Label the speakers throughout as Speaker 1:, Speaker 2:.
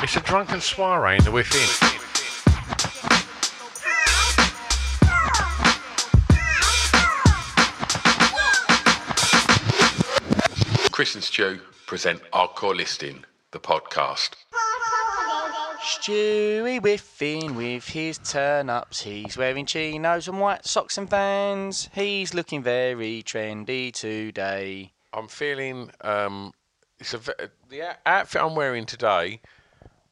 Speaker 1: It's a drunken soiree in the within.
Speaker 2: Chris and Stu present Our Core Listing, the podcast.
Speaker 3: Stewie whiffing with his turn ups. He's wearing chinos and white socks and vans. He's looking very trendy today.
Speaker 1: I'm feeling um, it's a ve- the out- outfit I'm wearing today.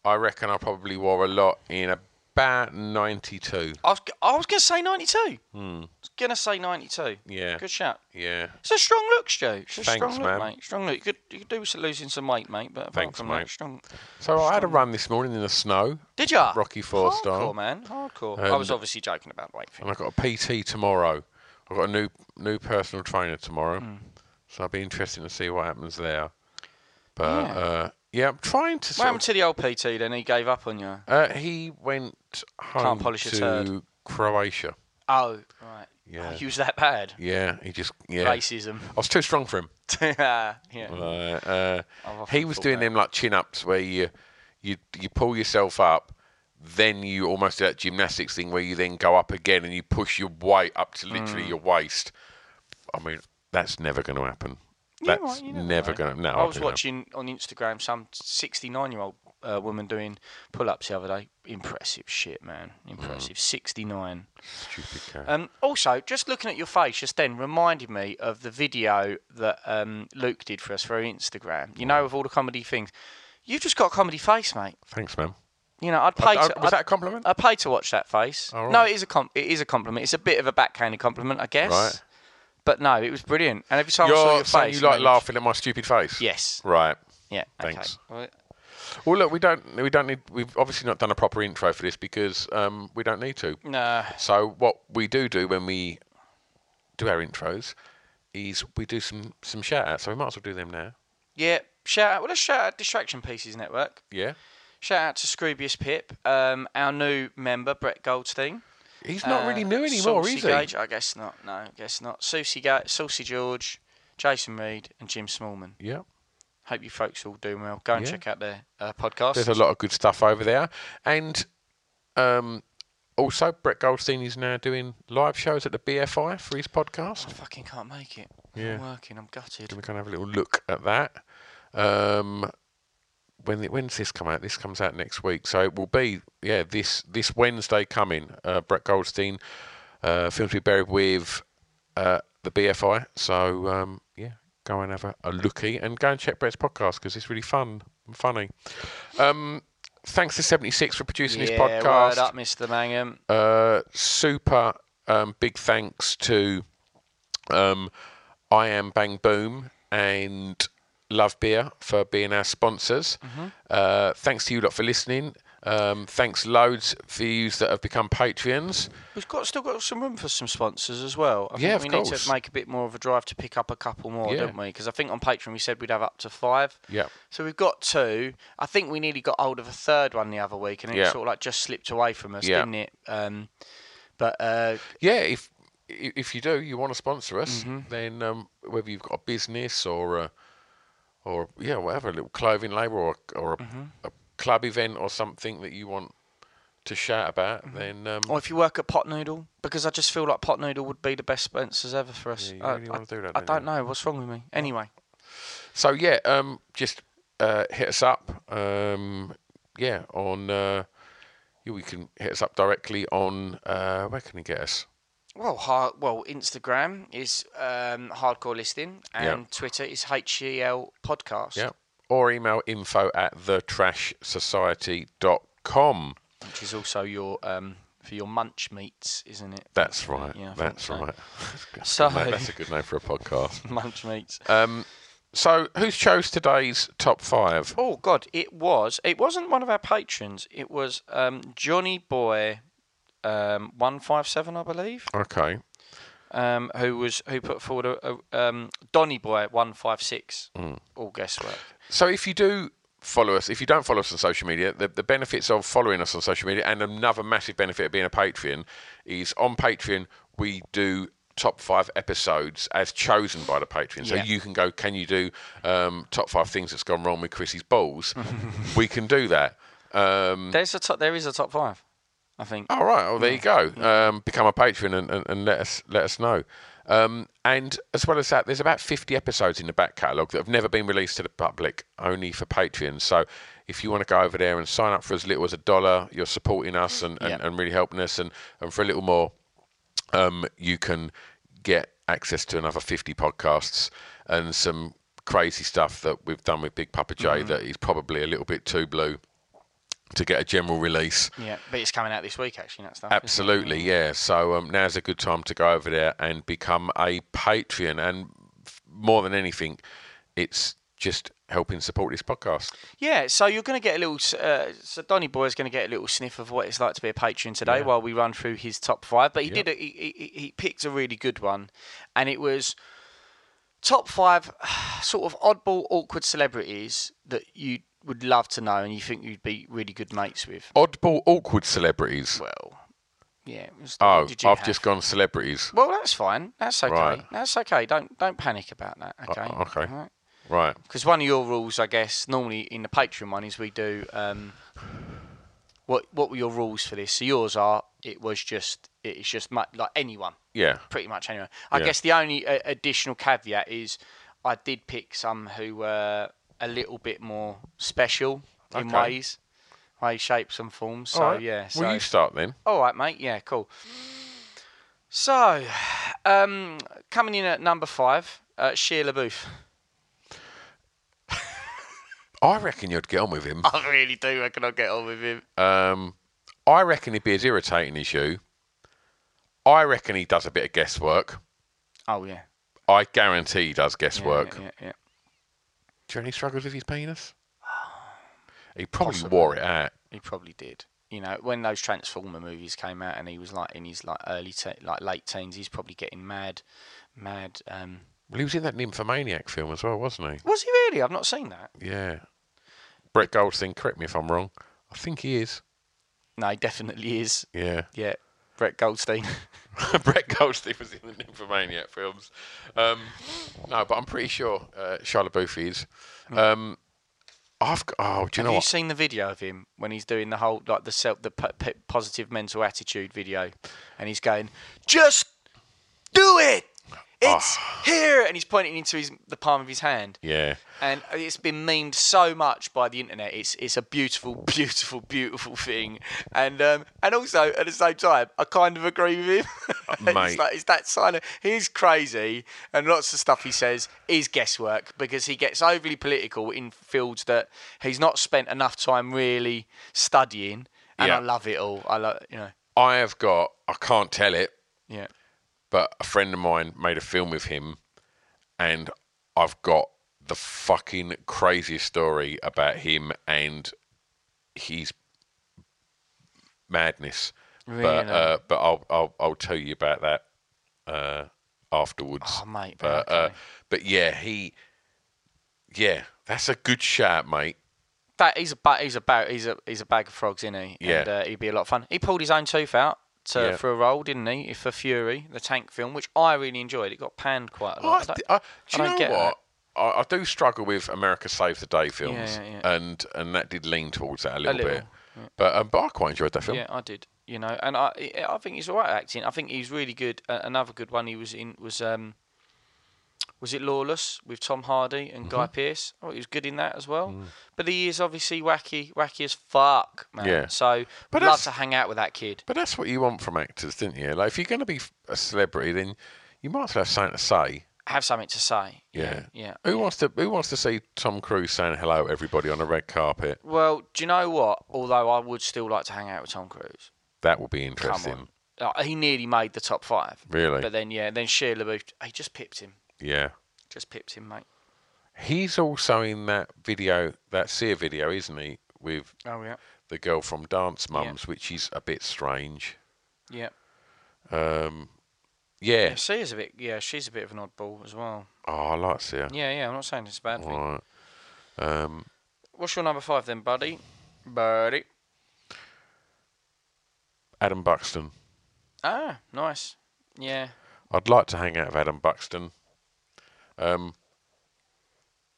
Speaker 1: I reckon I probably wore a lot in about '92.
Speaker 3: I was, I was going to say 92. I was going to say 92.
Speaker 1: Hmm. Yeah.
Speaker 3: Good shout.
Speaker 1: Yeah,
Speaker 3: It's a strong look, Joe. It's a
Speaker 1: Thanks,
Speaker 3: strong
Speaker 1: man.
Speaker 3: look, mate. Strong look. You could, you could do with losing some weight, mate, but apart
Speaker 1: Thanks,
Speaker 3: from
Speaker 1: mate.
Speaker 3: that, strong.
Speaker 1: so I had a run this morning in the snow,
Speaker 3: Did ya?
Speaker 1: Rocky Four
Speaker 3: Hardcore,
Speaker 1: style.
Speaker 3: man. Hardcore. I
Speaker 1: And-
Speaker 3: was obviously joking about weight.
Speaker 1: and I got a PT tomorrow. I've got a new new personal trainer tomorrow,
Speaker 3: Hmm.
Speaker 1: so I'll be interested to see what happens there. But yeah, uh, yeah I'm trying to.
Speaker 3: What
Speaker 1: Sort
Speaker 3: happened
Speaker 1: of,
Speaker 3: to the old PT then? He gave up on you.
Speaker 1: uh, he went home
Speaker 3: polish a
Speaker 1: to
Speaker 3: turd.
Speaker 1: Croatia.
Speaker 3: Oh, right.
Speaker 1: Yeah.
Speaker 3: Oh, he was that bad.
Speaker 1: Yeah, he just yeah.
Speaker 3: Racism.
Speaker 1: I was too strong for him.
Speaker 3: yeah. yeah.
Speaker 1: Uh, uh,
Speaker 3: often
Speaker 1: he was
Speaker 3: thought
Speaker 1: doing
Speaker 3: that.
Speaker 1: them like chin ups where you, you you pull yourself up, then you almost do that gymnastics thing where you then go up again and you push your weight up to literally
Speaker 3: Mm.
Speaker 1: your waist. I mean, that's never going to happen. That's never going to. No,
Speaker 3: I was
Speaker 1: don't know.
Speaker 3: watching on Instagram some 69 year old uh, woman doing pull ups the other day. Impressive shit, man. Impressive. 69.
Speaker 1: Mm. Stupid cat.
Speaker 3: Um, also, just looking at your face just then reminded me of the video that um, Luke did for us for Instagram. You know,
Speaker 1: Mm.
Speaker 3: of all the comedy things. You've just got a comedy face, mate.
Speaker 1: Thanks, man.
Speaker 3: You know, I'd
Speaker 1: I-
Speaker 3: pay
Speaker 1: I-
Speaker 3: to.
Speaker 1: was that
Speaker 3: I'd,
Speaker 1: a compliment?
Speaker 3: I pay to watch that face.
Speaker 1: Oh,
Speaker 3: No,
Speaker 1: right.
Speaker 3: it is a com- it is a compliment. It's a bit of a backhanded compliment, I guess.
Speaker 1: Right.
Speaker 3: But no, it was brilliant. And every time I saw
Speaker 1: You're
Speaker 3: your
Speaker 1: saying you
Speaker 3: face, it
Speaker 1: like
Speaker 3: made me-
Speaker 1: laughing at my stupid face?
Speaker 3: Yes.
Speaker 1: Right.
Speaker 3: Yeah.
Speaker 1: Thanks.
Speaker 3: Okay. Well,
Speaker 1: Well, look, we don't we don't need we've obviously not done a proper intro for this because um, we don't need to.
Speaker 3: No.
Speaker 1: So what we do do when we do our intros is we do some some shout outs. So we might as well do them now.
Speaker 3: Yeah. Shout out. Well, let's shout out Distraction Pieces Network.
Speaker 1: Yeah.
Speaker 3: Shout out to Scroobius Pip, um, our new member Brett Goldstein.
Speaker 1: He's not really
Speaker 3: Uh,
Speaker 1: new anymore,
Speaker 3: Saucy
Speaker 1: is he?
Speaker 3: Gage, I guess not. No, I guess not. Susie, Ga- Saucy George, Jason Reed, and Jim Smallman.
Speaker 1: Yeah.
Speaker 3: Hope you folks all doing well. Go and
Speaker 1: Yeah.
Speaker 3: check out their uh, podcast.
Speaker 1: There's a lot of good stuff over there. And um also Brett Goldstein is now doing live shows at the BFI for his podcast.
Speaker 3: I fucking can't make it.
Speaker 1: Yeah.
Speaker 3: I'm working. I'm gutted.
Speaker 1: We're gonna have a little look at that. Um when the, when's this come out? This comes out next week, so it will be yeah this this Wednesday coming. Uh, Brett Goldstein, uh, film to be buried with uh, the BFI. So um, yeah, go and have a, a looky and go and check Brett's podcast because it's really fun and funny. Um, thanks to Seventy Six for producing
Speaker 3: yeah,
Speaker 1: this
Speaker 3: word
Speaker 1: podcast.
Speaker 3: up, Mr. Mangum.
Speaker 1: Uh, super um, big thanks to um, I Am Bang Boom and Love Beer for being our sponsors. Uh, thanks to you lot for listening. Um, thanks loads for you that have become Patreons.
Speaker 3: We've got still got some room for some sponsors as well. I
Speaker 1: Yeah, of
Speaker 3: think we need
Speaker 1: course.
Speaker 3: to make a bit more of a drive to pick up a couple more,
Speaker 1: Yeah.
Speaker 3: don't we? Because I think on Patreon we said we'd have up to five.
Speaker 1: Yeah.
Speaker 3: So we've got two. I think we nearly got hold of a third one the other week, and it
Speaker 1: Yeah.
Speaker 3: sort of like just slipped away from us,
Speaker 1: Yeah.
Speaker 3: didn't it? Um, but uh,
Speaker 1: Yeah, if i- if you do, you want to sponsor us, then um, whether you've got a business or a, or yeah, whatever, a little clothing label or a, or a, a club event or something that you want to shout about, then um,
Speaker 3: or if you work at Pot Noodle, because I just feel like Pot Noodle would be the best sponsors ever for us.
Speaker 1: you
Speaker 3: I,
Speaker 1: really
Speaker 3: I-
Speaker 1: wanna do that,
Speaker 3: I
Speaker 1: don't
Speaker 3: don't know what's wrong with me. Anyway,
Speaker 1: So yeah, um, just uh, hit us up. Um, yeah, on uh, you, you can hit us up directly on uh, where can you get us?
Speaker 3: Well, hard, well, Instagram is um, hardcore listing, and
Speaker 1: Yeah.
Speaker 3: Twitter is HEL podcast,
Speaker 1: Yeah, or email info at thetrashsociety.com.
Speaker 3: which is also your um, for your munch meats, isn't it?
Speaker 1: That's right.
Speaker 3: Yeah, I think
Speaker 1: that's
Speaker 3: so.
Speaker 1: right. That's
Speaker 3: So-
Speaker 1: a good name- that's a good name for a podcast.
Speaker 3: Munch meats.
Speaker 1: So, who chose today's top five?
Speaker 3: oh God, it was. It wasn't one of our patrons. It was um, Johnny Boy, um, one five seven, I believe.
Speaker 1: Okay.
Speaker 3: um, who was who put forward a, a um, Donny Boy at one five six. All guesswork.
Speaker 1: So, if you do follow us, if you don't follow us on social media, the, the benefits of following us on social media, and another massive benefit of being a Patreon, is on Patreon we do top five episodes as chosen by the Patreon. So
Speaker 3: Yeah.
Speaker 1: you can go, can you do um, top five things that's gone wrong with Chrissy's balls? we can do that. Um,
Speaker 3: There's a top, there is a top five, I think.
Speaker 1: All right. Well, there you go. Um, become a patron and, and, and let us let us know. Um, and as well as that, there's about 50 episodes in the back catalogue that have never been released to the public, only for Patreons. So if you want to go over there and sign up for as little as a dollar, you're supporting us and, and,
Speaker 3: Yeah.
Speaker 1: and really helping us. And, and for a little more, um, you can get access to another 50 podcasts and some crazy stuff that we've done with Big Papa J that is probably a little bit too blue to get a general release.
Speaker 3: Yeah, but it's coming out this week actually. That stuff. isn't it?
Speaker 1: Absolutely, yeah. So um, now's a good time to go over there and become a Patreon. And f- more than anything, it's just helping support this podcast.
Speaker 3: Yeah, so you're going to get a little. s- Uh, so Donny Boy is going to get a little sniff of what it's like to be a patron today while we run through his top five. But he did. A, he, he he picked a really good one, and it was top five sort of oddball, awkward celebrities that you would love to know and you think you'd be really good mates with.
Speaker 1: Oddball, awkward celebrities.
Speaker 3: Well, yeah. it was-
Speaker 1: Oh,
Speaker 3: did you
Speaker 1: I've
Speaker 3: have?
Speaker 1: just gone celebrities.
Speaker 3: Well, that's fine. That's okay.
Speaker 1: Right. Uh,
Speaker 3: That's okay. Don't don't panic about that. Okay.
Speaker 1: okay. Right.
Speaker 3: Because one of your rules, I guess, normally in the Patreon one is we do. Um, what what were your rules for this? So yours are it was just it's just mu- like anyone,
Speaker 1: Yeah.
Speaker 3: pretty much anyone. I
Speaker 1: Yeah.
Speaker 3: guess the only uh, additional caveat is I did pick some who were a little bit more special in
Speaker 1: Okay.
Speaker 3: ways, ways, shapes, and forms. So
Speaker 1: All right.
Speaker 3: yeah. So.
Speaker 1: Well, you start then.
Speaker 3: All right, mate. Yeah, cool. So, um, coming in at number five, uh, Sheila Booth.
Speaker 1: I reckon you'd get on with him.
Speaker 3: I really do reckon I'll get on with him.
Speaker 1: Um, I reckon he'd be as irritating as you. I reckon he does a bit of guesswork.
Speaker 3: Oh yeah.
Speaker 1: I guarantee he does guesswork.
Speaker 3: Yeah, yeah.
Speaker 1: Do you have any struggles with his penis? He probably wore it out.
Speaker 3: He probably did. You know, when those Transformer movies came out, and he was like in his like early, te- like late teens, he's probably getting mad, mad. Um,
Speaker 1: Well, he was in that Nymphomaniac film as well, wasn't
Speaker 3: was he really? I've not seen that.
Speaker 1: he? Yeah. Brett Goldstein, correct me if I'm wrong. I think he is.
Speaker 3: No, he definitely is.
Speaker 1: Yeah.
Speaker 3: Yeah, Brett Goldstein.
Speaker 1: Brett Goldstein was in the Nymphomaniac films. Um, no, but I'm pretty sure uh, Shia LaBeouf is. Um, I've got, oh, do you
Speaker 3: Hmm. Have
Speaker 1: know
Speaker 3: you
Speaker 1: what?
Speaker 3: seen the video of him when he's doing the whole like the self the p- p- positive mental attitude video, and he's going, "Just do it,
Speaker 1: Ah.
Speaker 3: it's here," and he's pointing into his the palm of his hand,
Speaker 1: yeah.
Speaker 3: and it's been memed so much by the internet. It's it's a beautiful, beautiful, beautiful thing, and um and also at the same time, I kind of agree with him.
Speaker 1: Mate.
Speaker 3: it's, like, it's that sign of he's crazy, and lots of stuff he says is guesswork because he gets overly political in fields that he's not spent enough time really studying. And
Speaker 1: Yeah.
Speaker 3: I love it all. I love you know
Speaker 1: I have got, I can't tell it,
Speaker 3: yeah.
Speaker 1: but a friend of mine made a film with him, and I've got the fucking craziest story about him and his madness. But
Speaker 3: Really?
Speaker 1: uh, but I'll, I'll I'll tell you about that uh, afterwards.
Speaker 3: Oh, mate,
Speaker 1: But uh,
Speaker 3: okay.
Speaker 1: but yeah, he yeah, that's a good shout, mate.
Speaker 3: That he's a ba- he's a ba- he's a he's a bag of frogs, isn't he?
Speaker 1: Yeah.
Speaker 3: And, uh, he'd be a lot of fun. He pulled his own tooth out to,
Speaker 1: Yeah.
Speaker 3: for a role, didn't he? For Fury, the tank film, which I really enjoyed. It got panned quite a
Speaker 1: I,
Speaker 3: lot. Oh, I don't-
Speaker 1: I- do you
Speaker 3: I don't
Speaker 1: know
Speaker 3: get
Speaker 1: what? I, I do struggle with America Save the Day films,
Speaker 3: Yeah, yeah, yeah.
Speaker 1: and and that did lean towards that a little,
Speaker 3: little,
Speaker 1: bit. But um, but I quite enjoyed that film.
Speaker 3: yeah, I did. You know, and I I- I think he's all right at acting. I think he's really good. Uh, another good one he was in was um Was it Lawless with Tom Hardy and
Speaker 1: Mm-hmm.
Speaker 3: Guy Pearce? Oh, he was good in that as well.
Speaker 1: Mm.
Speaker 3: But he is obviously wacky, wacky as fuck, man.
Speaker 1: Yeah.
Speaker 3: So,
Speaker 1: But
Speaker 3: but love
Speaker 1: that's-
Speaker 3: to hang out with that kid.
Speaker 1: But that's what you want from actors, didn't you? Like, if you're going to be f- a celebrity, then you might as well have something to say.
Speaker 3: Have something to say.
Speaker 1: Yeah.
Speaker 3: Yeah.
Speaker 1: Who wants to Who wants to see Tom Cruise saying hello everybody on a red carpet?
Speaker 3: Well, do you know what? Although I would still like to hang out with Tom Cruise.
Speaker 1: That would be
Speaker 3: Come
Speaker 1: interesting.
Speaker 3: on. Like, he nearly made the top five.
Speaker 1: Really?
Speaker 3: But then, yeah, then Shia LaBeouf, he just pipped him.
Speaker 1: Yeah.
Speaker 3: Just pipped him, mate.
Speaker 1: He's also in that video, that Sear video, isn't he? With
Speaker 3: Oh, yeah.
Speaker 1: the girl from Dance Mums, which is a bit strange.
Speaker 3: Yeah.
Speaker 1: Um, yeah.
Speaker 3: Yeah, she is a bit. Yeah, she's a bit of an oddball as well.
Speaker 1: Oh, I like Sear.
Speaker 3: Yeah, yeah. I'm not saying it's a bad thing.
Speaker 1: Right. Um,
Speaker 3: What's your number five then, buddy? Buddy.
Speaker 1: Adam Buxton.
Speaker 3: Ah, nice. Yeah.
Speaker 1: I'd like to hang out with Adam Buxton. Um,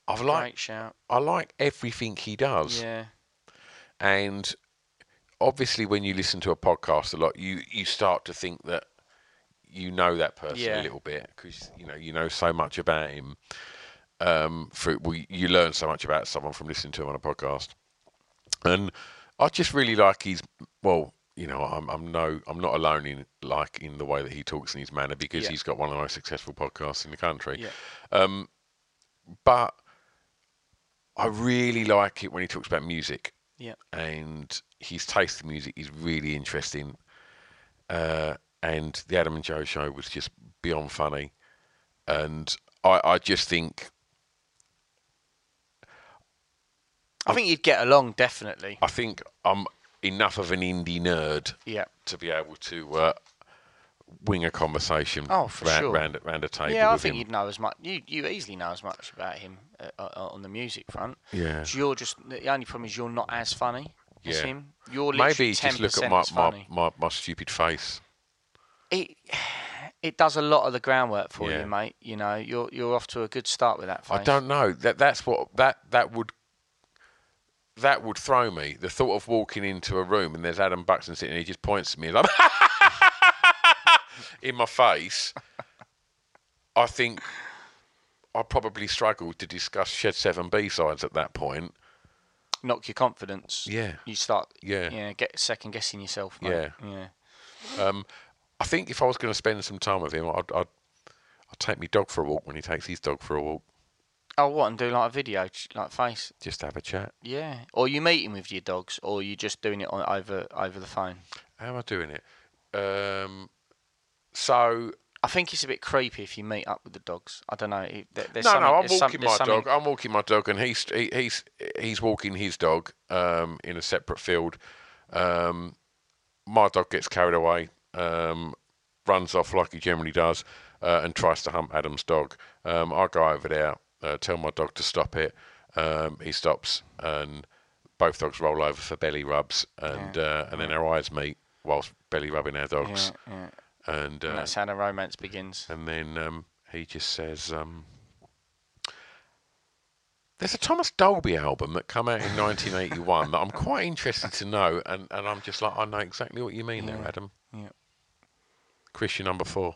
Speaker 1: I've like
Speaker 3: Great shout.
Speaker 1: I like everything he does.
Speaker 3: Yeah.
Speaker 1: and obviously when you listen to a podcast a lot you you start to think that you know that person
Speaker 3: Yeah.
Speaker 1: a little bit because you know you know so much about him um for well, you learn so much about someone from listening to him on a podcast and i just really like his well you know i'm i'm no i'm not alone in like in the way that he talks in his manner because
Speaker 3: Yeah.
Speaker 1: he's got one of the most successful podcasts in the country
Speaker 3: Yeah.
Speaker 1: um but i really like it when he talks about music
Speaker 3: Yeah.
Speaker 1: and his taste in music is really interesting. Uh, and the Adam and Joe show was just beyond funny, and I, I just think
Speaker 3: I think you'd get along definitely.
Speaker 1: I think I'm enough of an indie nerd
Speaker 3: Yeah.
Speaker 1: to be able to uh, wing a conversation
Speaker 3: Oh, for
Speaker 1: round,
Speaker 3: sure.
Speaker 1: round, round a table.
Speaker 3: Yeah, I
Speaker 1: with
Speaker 3: think
Speaker 1: him.
Speaker 3: you'd know as much. You you easily know as much about him uh, uh, on the music front.
Speaker 1: Yeah.
Speaker 3: So you're just the only problem is you're not as funny as
Speaker 1: Yeah.
Speaker 3: him. You're
Speaker 1: Maybe
Speaker 3: literally ten
Speaker 1: just look at
Speaker 3: percent
Speaker 1: my,
Speaker 3: as
Speaker 1: my,
Speaker 3: funny.
Speaker 1: my, my stupid face.
Speaker 3: It it does a lot of the groundwork for
Speaker 1: Yeah.
Speaker 3: you, mate. You know, you're you're off to a good start with that. Face.
Speaker 1: I don't know. That that's what that that would that would throw me. The thought of walking into a room and there's Adam Buxton sitting and he just points at me like in my face. I think I probably struggled to discuss Shed Seven B sides at that point.
Speaker 3: knock your confidence.
Speaker 1: Yeah.
Speaker 3: You start.
Speaker 1: Yeah.
Speaker 3: Yeah. Get second guessing yourself. Mate. Yeah. Yeah.
Speaker 1: Um, I think if I was going to spend some time with him, I'd, I'd I'd take my dog for a walk when he takes his dog for a walk.
Speaker 3: Oh, what? And do like a video, ch- like face.
Speaker 1: Just have a chat.
Speaker 3: Yeah. Or you meeting with your dogs, or you just doing it on over over the phone.
Speaker 1: How am I doing it? Um, so
Speaker 3: I think it's a bit creepy if you meet up with the dogs. I don't know. it- There, there's
Speaker 1: no,
Speaker 3: something-
Speaker 1: no, I'm
Speaker 3: there's
Speaker 1: walking
Speaker 3: some-
Speaker 1: my
Speaker 3: there's something-
Speaker 1: dog. I'm walking my dog, and he's he, he's he's walking his dog um, in a separate field. Um, my dog gets carried away, um, runs off like he generally does, uh, and tries to hump Adam's dog. Um, I go over there, uh, tell my dog to stop it. Um, he stops, and both dogs roll over for belly rubs, and uh, and then our eyes meet whilst belly rubbing our dogs, and uh,
Speaker 3: And that's how the romance begins.
Speaker 1: and then um, he just says, um, "There's a Thomas Dolby album that come out in 1981 that I'm quite interested to know." And, and I'm just like, "I know exactly what you mean there, Adam."
Speaker 3: Yeah.
Speaker 1: Chris, you're number four.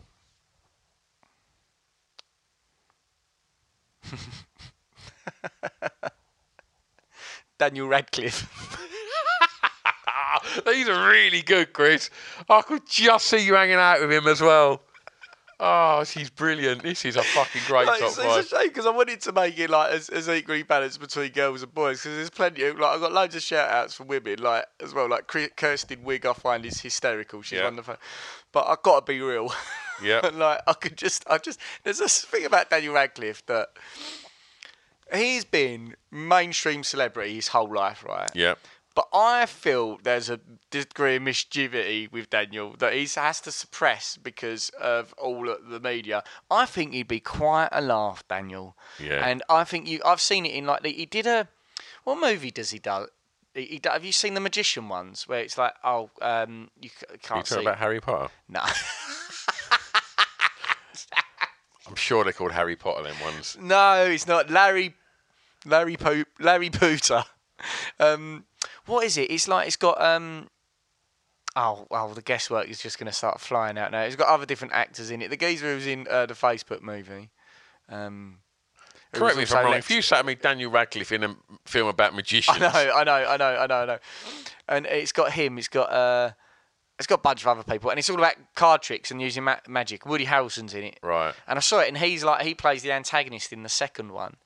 Speaker 3: Daniel Radcliffe.
Speaker 1: He's really good, Chris. I could just see you hanging out with him as well. Oh, she's brilliant. This is a fucking great
Speaker 3: Like,
Speaker 1: top
Speaker 3: it's, it's a
Speaker 1: five.
Speaker 3: shame because I wanted to make it like as, as equally balanced between girls and boys because there's plenty of like I've got loads of shout outs for women like as well like Kri- Kirsten Wig I find is hysterical she's
Speaker 1: Yeah.
Speaker 3: wonderful but I've got to be real
Speaker 1: Yep.
Speaker 3: And, like I could just I just there's this thing about Daniel Radcliffe that he's been mainstream celebrity his whole life right
Speaker 1: Yeah.
Speaker 3: But I feel there's a degree of mischievity with Daniel that he has to suppress because of all of the media. I think he'd be quite a laugh, Daniel.
Speaker 1: Yeah.
Speaker 3: And I think you, I've seen it in like he did a, what movie does he do? He, he, do- have you seen the magician ones where it's like, oh, um, you c-
Speaker 1: Are you
Speaker 3: can't see.
Speaker 1: talking about Harry Potter?
Speaker 3: no,
Speaker 1: I'm sure they're called Harry Potter then ones.
Speaker 3: no, it's not Larry, Larry Poop, Larry Pooter. Um, what is it? It's like it's got um, Oh, well, the guesswork is just going to start flying out now. It's got other different actors in it. The geezer who's in uh, the Facebook movie. Um, who
Speaker 1: Correct
Speaker 3: was
Speaker 1: me if
Speaker 3: also
Speaker 1: I'm wrong.
Speaker 3: Lex-
Speaker 1: If you sat me Daniel Radcliffe in a m- film about magicians,
Speaker 3: I know, I know, I know, I know, I know. And it's got him. It's got uh, it's got a bunch of other people, and it's all about card tricks and using ma- magic. Woody Harrelson's in it,
Speaker 1: Right.
Speaker 3: And I saw it, and he's like he plays the antagonist in the second one,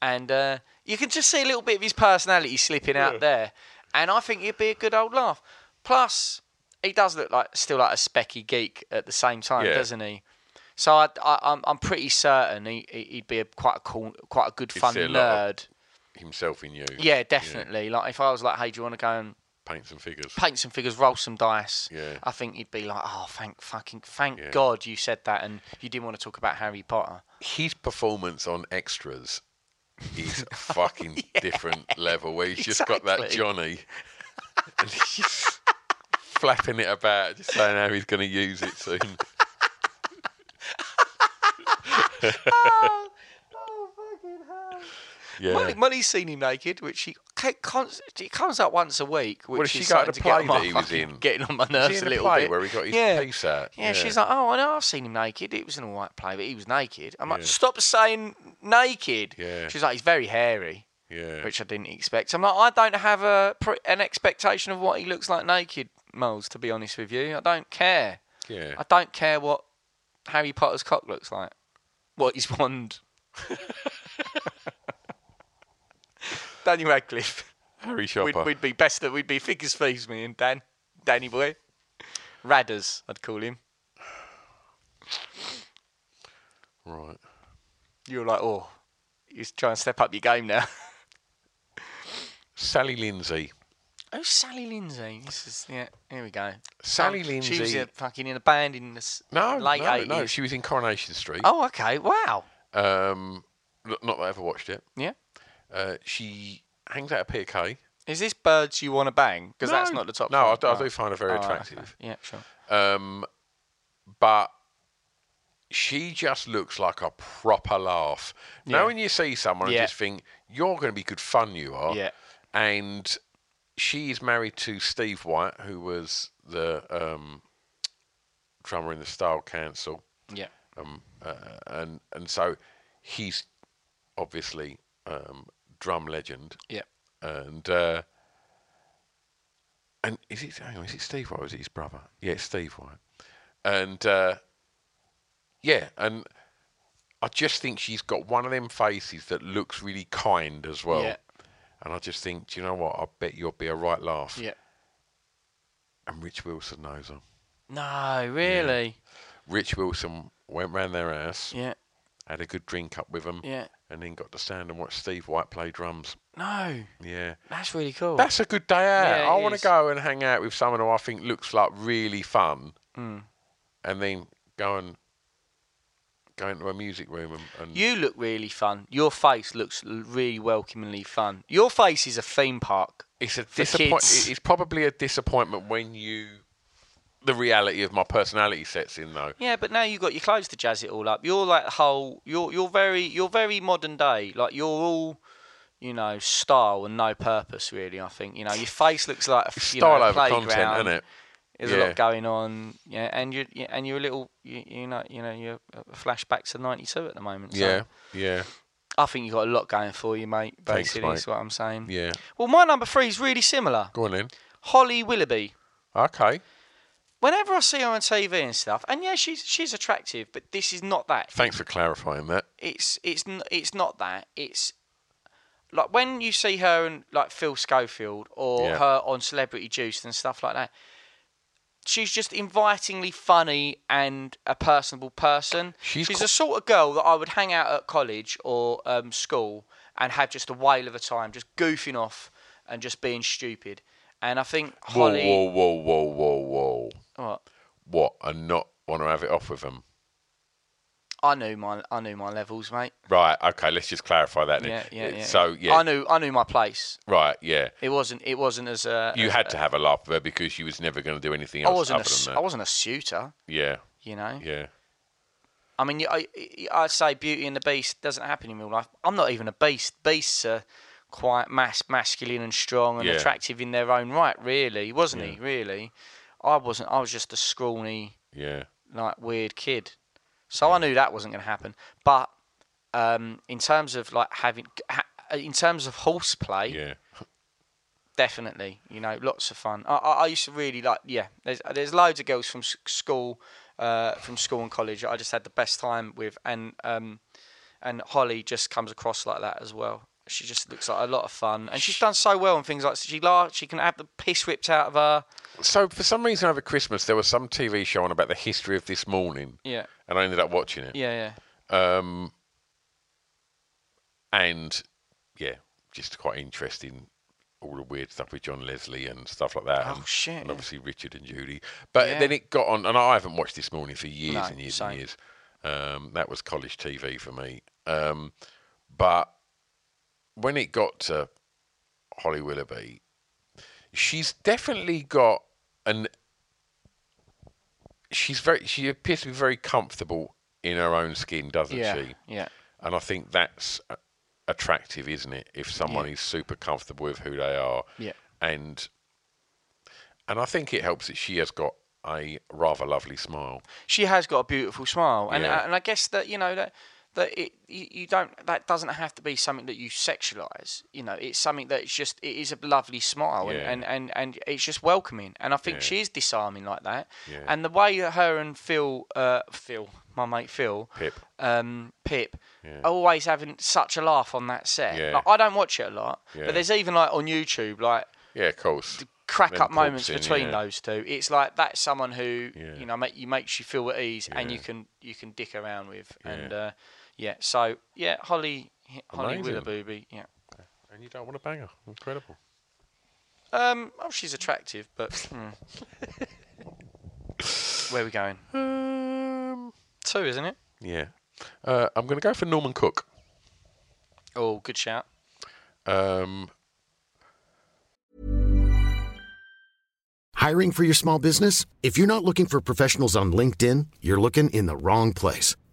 Speaker 3: and uh, you can just see a little bit of his personality slipping out there, and I think it'd be a good old laugh. Plus, he does look like still like a specky geek at the same time,
Speaker 1: Yeah.
Speaker 3: doesn't he? So I, I, I'm, I'm pretty certain he, he- he'd be a quite a cool, quite a good fun
Speaker 1: see a lot
Speaker 3: nerd.
Speaker 1: himself in you.
Speaker 3: Yeah, definitely. Like if I was like, "Hey, do you want to go and
Speaker 1: Paint some figures.
Speaker 3: paint some figures, roll some dice?"
Speaker 1: Yeah.
Speaker 3: I think you'd be like, "Oh, thank fucking thank
Speaker 1: Yeah.
Speaker 3: God you said that," and you didn't want to talk about Harry Potter.
Speaker 1: His performance on extras is a fucking different level where he's just got that
Speaker 3: Exactly.
Speaker 1: Johnny and he's just flapping it about, just saying how he's going to use it soon. Yeah.
Speaker 3: Molly, Molly's seen him naked, which she ca- cons- she comes out once a week. Which
Speaker 1: Well, she
Speaker 3: is
Speaker 1: got the
Speaker 3: starting to get on
Speaker 1: play
Speaker 3: my
Speaker 1: that he was
Speaker 3: fucking-
Speaker 1: in.
Speaker 3: getting on my
Speaker 1: in
Speaker 3: nerves a
Speaker 1: the
Speaker 3: little
Speaker 1: play
Speaker 3: bit.
Speaker 1: where he got his
Speaker 3: yeah.
Speaker 1: piece out?
Speaker 3: Yeah,
Speaker 1: Yeah.
Speaker 3: she's like, "Oh, I know, I've seen him naked. It was an all right play, but he was naked." I'm like,
Speaker 1: Yeah.
Speaker 3: "Stop saying naked."
Speaker 1: Yeah.
Speaker 3: She's like, "He's very hairy."
Speaker 1: Yeah.
Speaker 3: which I didn't expect. I'm like, I don't have a pre- an expectation of what he looks like naked, Moles. To be honest with you, I don't care.
Speaker 1: yeah.
Speaker 3: I don't care what Harry Potter's cock looks like. What his wand. Daniel Radcliffe.
Speaker 1: Harry
Speaker 3: We'd,
Speaker 1: Shopper.
Speaker 3: we'd be best. That we'd be thick as thieves, me and Dan, Danny boy, Radders, I'd call him.
Speaker 1: Right.
Speaker 3: You were like, oh, he's trying to step up your game now.
Speaker 1: Sally Lindsay.
Speaker 3: Oh, Sally Lindsay. This is yeah. Here we go.
Speaker 1: Sally
Speaker 3: Um, She was
Speaker 1: Lindsay-
Speaker 3: uh, fucking in a band in the s-
Speaker 1: No,
Speaker 3: late
Speaker 1: no,
Speaker 3: 80s.
Speaker 1: no. She was in Coronation Street.
Speaker 3: uh, Oh, okay. Wow.
Speaker 1: Um, not not that I ever watched it.
Speaker 3: Yeah.
Speaker 1: Uh, she hangs out at PK.
Speaker 3: Is this birds you want to bang? Because that's not the top.
Speaker 1: No, I
Speaker 3: five.
Speaker 1: do, I do
Speaker 3: Right.
Speaker 1: find her very
Speaker 3: All right, okay.
Speaker 1: attractive.
Speaker 3: Yeah, sure.
Speaker 1: Um, but she just looks like a proper laugh.
Speaker 3: Yeah.
Speaker 1: Now, when you see someone
Speaker 3: Yeah.
Speaker 1: and just think, you're going to be good fun, you are.
Speaker 3: Yeah.
Speaker 1: And she is married to Steve White, who was the um, drummer in the Style Council.
Speaker 3: Yeah.
Speaker 1: Um, uh, and, and so he's obviously um, drum legend.
Speaker 3: Yeah.
Speaker 1: and uh, and is it hang on, is it Steve White or is it his brother? Yeah, it's Steve White. And uh, yeah, and I just think she's got one of them faces that looks really kind as well.
Speaker 3: Yeah.
Speaker 1: And I just think, do you know what? I bet you'll be a right laugh.
Speaker 3: Yeah.
Speaker 1: And Rich Wilson knows her.
Speaker 3: No, really.
Speaker 1: Rich Wilson went round their house,
Speaker 3: Yeah.
Speaker 1: had a good drink up with them,
Speaker 3: Yeah.
Speaker 1: and then got to stand and watch Steve White play drums.
Speaker 3: No,
Speaker 1: Yeah.
Speaker 3: that's really cool.
Speaker 1: That's a good day out.
Speaker 3: Yeah,
Speaker 1: I
Speaker 3: it
Speaker 1: want
Speaker 3: is.
Speaker 1: to go and hang out with someone who I think looks like really fun,
Speaker 3: Mm.
Speaker 1: and then go and go into a music room and, and
Speaker 3: you look really fun. Your face looks l- really welcomingly fun. Your face is a theme park.
Speaker 1: it's a
Speaker 3: For
Speaker 1: disappointment.
Speaker 3: kids.
Speaker 1: It's probably a disappointment when you the reality of my personality sets in though.
Speaker 3: Yeah, but now you've got your clothes to jazz it all up. You're like whole. You're you're very you're very modern day. Like you're all, you know, style and no purpose really. I think you know your face looks like a f-
Speaker 1: It's
Speaker 3: you
Speaker 1: style
Speaker 3: know, a
Speaker 1: over
Speaker 3: playground.
Speaker 1: content, isn't it?
Speaker 3: There's a
Speaker 1: Yeah.
Speaker 3: lot going on. Yeah, and you yeah, and you're a little you, you know you know you're uh, flashbacks to '92 at the moment. So
Speaker 1: Yeah, yeah,
Speaker 3: I think you have got a lot going for you, mate.
Speaker 1: Thanks,
Speaker 3: Basically,
Speaker 1: mate.
Speaker 3: is what I'm saying.
Speaker 1: yeah.
Speaker 3: Well, my number three is really similar.
Speaker 1: Go on then.
Speaker 3: Holly Willoughby.
Speaker 1: Okay.
Speaker 3: Whenever I see her on TV and stuff, and yeah, she's she's attractive, but this is not that.
Speaker 1: Thanks for clarifying that.
Speaker 3: it's it's n- it's not that it's like when you see her and like Phil Schofield or
Speaker 1: Yeah.
Speaker 3: her on Celebrity Juice and stuff like that. She's just invitingly funny and a personable person.
Speaker 1: She's
Speaker 3: She's,
Speaker 1: qu-
Speaker 3: the sort of girl that I would hang out at college or um, school and have just a whale of a time, just goofing off and just being stupid. And I think Holly,
Speaker 1: Whoa, whoa, whoa, whoa, whoa, whoa.
Speaker 3: What?
Speaker 1: What? And not want to have it off with them.
Speaker 3: I knew my I knew my levels, mate.
Speaker 1: Right. Okay. Let's just clarify that. Then.
Speaker 3: Yeah, yeah, yeah.
Speaker 1: So yeah.
Speaker 3: I knew I knew my place.
Speaker 1: Right, yeah.
Speaker 3: It wasn't it wasn't as uh,
Speaker 1: You had to have a laugh with her because you was never going to do anything
Speaker 3: I
Speaker 1: else
Speaker 3: wasn't a,
Speaker 1: other
Speaker 3: s-
Speaker 1: than
Speaker 3: I
Speaker 1: that.
Speaker 3: wasn't a suitor,
Speaker 1: Yeah,
Speaker 3: you know.
Speaker 1: yeah.
Speaker 3: I mean, you- I, I I'd say Beauty and the Beast doesn't happen in real life. I'm not even a beast. Beasts are quite mas- masculine and strong and
Speaker 1: Yeah.
Speaker 3: attractive in their own right. Really, wasn't he? Really, I wasn't. I was just a scrawny,
Speaker 1: Yeah.
Speaker 3: like weird kid. So I knew that wasn't going to happen. But Um, in terms of like having, ha- in terms of horseplay,
Speaker 1: Yeah.
Speaker 3: definitely. You know, lots of fun. I, I, I used to really like. Yeah, there's there's loads of girls from s- school, uh, from school and college. I just had the best time with, and um, and Holly just comes across like that as well. She just looks like a lot of fun, and she's done so well on things like she la she can have the piss whipped out of her.
Speaker 1: So for some reason over Christmas there was some TV show on about the history of this morning,
Speaker 3: Yeah,
Speaker 1: and I ended up watching it.
Speaker 3: yeah, yeah.
Speaker 1: Um, and yeah, just quite interesting. All the weird stuff with John Leslie and stuff like that.
Speaker 3: Oh,
Speaker 1: and,
Speaker 3: shit,
Speaker 1: And
Speaker 3: yeah.
Speaker 1: obviously Richard and Judy. But
Speaker 3: Yeah.
Speaker 1: then it got on, and I haven't watched this morning for years
Speaker 3: No,
Speaker 1: and years
Speaker 3: same.
Speaker 1: and years. Um, that was college TV for me. Um, but when it got to Holly Willoughby, she's definitely got an. She's very. She appears to be very comfortable in her own skin, doesn't
Speaker 3: yeah,
Speaker 1: she?
Speaker 3: Yeah.
Speaker 1: And I think that's a- attractive, isn't it? If someone is super comfortable with who they are,
Speaker 3: Yeah.
Speaker 1: and and I think it helps that she has got a rather lovely smile.
Speaker 3: She has got a beautiful smile, and
Speaker 1: Yeah.
Speaker 3: and I guess that you know that that it you you don't that doesn't have to be something that you sexualize. You know, it's something that's just it is a lovely smile,
Speaker 1: Yeah.
Speaker 3: and, and, and and it's just welcoming. And I think
Speaker 1: Yeah.
Speaker 3: she is disarming like that.
Speaker 1: Yeah.
Speaker 3: And the way that her and Phil, uh, Phil, my mate Phil,
Speaker 1: Pip.
Speaker 3: um, Pip,
Speaker 1: Yeah.
Speaker 3: are always having such a laugh on that set.
Speaker 1: Yeah.
Speaker 3: Like, I don't watch it a lot,
Speaker 1: Yeah.
Speaker 3: but there's even like on YouTube like
Speaker 1: Yeah, of course.
Speaker 3: crack
Speaker 1: Them
Speaker 3: up moments
Speaker 1: corpsing,
Speaker 3: between
Speaker 1: yeah.
Speaker 3: those two. It's like that's someone who
Speaker 1: Yeah.
Speaker 3: you know make you makes you feel at ease and you can you can dick around with and uh, yeah. So yeah, Holly Holly
Speaker 1: Amazing.
Speaker 3: Willoughby. Yeah.
Speaker 1: And you don't want to bang her. Incredible.
Speaker 3: Um. Oh, she's attractive, but hmm. where are we going?
Speaker 1: Um,
Speaker 3: Two, isn't it?
Speaker 1: yeah. Uh, I'm going to go for Norman Cook.
Speaker 3: Oh, good shout.
Speaker 1: Um,
Speaker 4: Hiring for your small business? If you're not looking for professionals on LinkedIn, you're looking in the wrong place.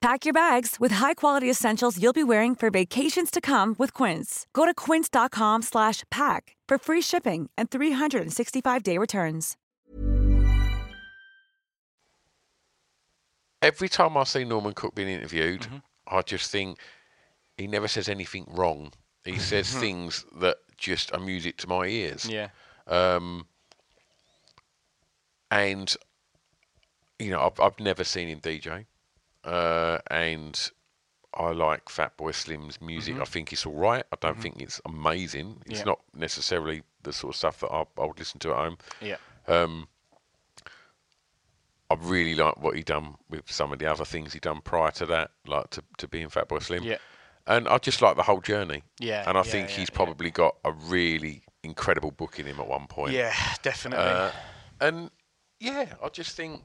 Speaker 5: Pack your bags with high-quality essentials you'll be wearing for vacations to come with Quince. Go to quince.com slash pack for free shipping and 365-day returns.
Speaker 1: every time I see Norman Cook being interviewed, I just think he never says anything wrong. He says things that just are music to my ears.
Speaker 3: Yeah.
Speaker 1: Um, and you know, I've, I've never seen him DJ, uh, and I like Fatboy Slim's music.
Speaker 3: Mm-hmm.
Speaker 1: I think it's all right. I don't think it's amazing. It's
Speaker 3: Yeah.
Speaker 1: not necessarily the sort of stuff that I, I would listen to at home.
Speaker 3: Yeah.
Speaker 1: Um, I really like what he done with some of the other things he done prior to that, like to, to being Fatboy Slim.
Speaker 3: Yeah.
Speaker 1: And I just like the whole journey.
Speaker 3: Yeah,
Speaker 1: And I
Speaker 3: yeah,
Speaker 1: think
Speaker 3: yeah,
Speaker 1: he's
Speaker 3: yeah.
Speaker 1: probably got a really incredible book in him at one point.
Speaker 3: Yeah, definitely.
Speaker 1: Uh, and yeah, I just think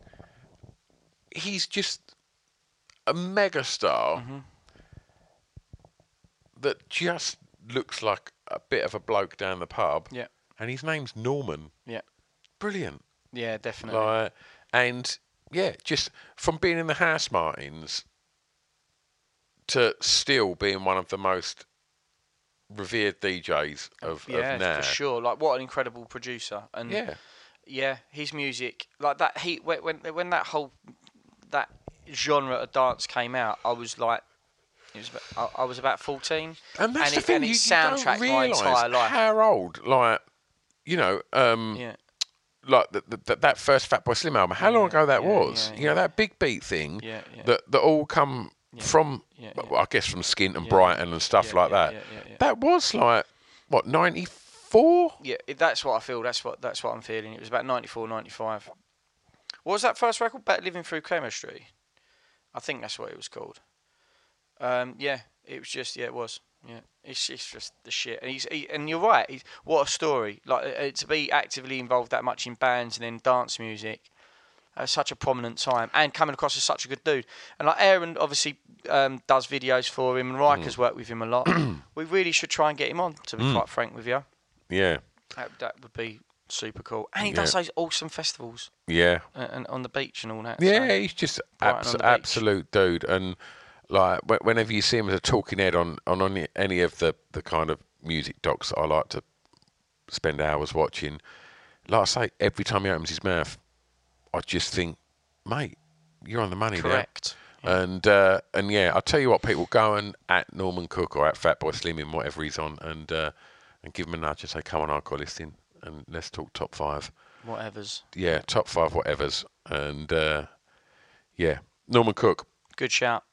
Speaker 1: he's just a megastar
Speaker 3: Mm-hmm.
Speaker 1: that just looks like a bit of a bloke down the pub.
Speaker 3: Yeah.
Speaker 1: And his name's Norman.
Speaker 3: yeah.
Speaker 1: Brilliant.
Speaker 3: Yeah, definitely.
Speaker 1: Like, and yeah, just from being in the House Martins to still being one of the most revered DJs of,
Speaker 3: yeah,
Speaker 1: of now.
Speaker 3: for sure. Like, what an incredible producer. And
Speaker 1: Yeah,
Speaker 3: Yeah, his music, like that. He when when, when that whole that genre of dance came out, I was like, it was about, I, I was about fourteen,
Speaker 1: And that's
Speaker 3: and
Speaker 1: the
Speaker 3: it,
Speaker 1: thing.
Speaker 3: and it
Speaker 1: you, you
Speaker 3: soundtracked
Speaker 1: don't
Speaker 3: my
Speaker 1: realise
Speaker 3: entire life.
Speaker 1: how old, like, you know, um,
Speaker 3: Yeah.
Speaker 1: like the, the, that- that first Fat Boy Slim album. How long ago that was? You know, that big beat thing
Speaker 3: Yeah, yeah.
Speaker 1: that that all come from, well, I guess, from Skint and Brighton and stuff like that. That was like what ninety four.
Speaker 3: yeah, it- that's what I feel. That's what that's what I'm feeling. It was about 94, 95. What was that first record? Back Living Through Chemistry. I think that's what it was called. Um, yeah, it was just yeah, it was. Yeah, it's, it's just the shit. And he's he, and you're right. He's, what a story! Like uh, to be actively involved that much in bands and in dance music at such a prominent time and coming across as such a good dude. And like Aaron obviously um, does videos for him and Riker's worked with him a lot. we really should try and get him on, to be quite frank with you.
Speaker 1: Yeah,
Speaker 3: That, that would be super cool. And he
Speaker 1: Yeah.
Speaker 3: does those awesome festivals
Speaker 1: yeah.
Speaker 3: and, and on the beach and all that.
Speaker 1: Yeah,
Speaker 3: so-
Speaker 1: he's just
Speaker 3: Brighton
Speaker 1: abs-
Speaker 3: on the beach.
Speaker 1: absolute dude, and like wh- whenever you see him as a talking head on on any, any of the the kind of music docs that I like to spend hours watching, like I say, every time he opens his mouth, I just think, mate, you're on the money there.
Speaker 3: Correct. Mm.
Speaker 1: And uh, and yeah, I'll tell you what, people go and at Norman Cook or at Fatboy Slim in whatever he's on, and uh, and give him a nudge and say, come on, I'll call listing, and let's talk top five
Speaker 3: Whatever's.
Speaker 1: yeah, top five whatevers, and uh, yeah, Norman Cook.
Speaker 3: Good shout.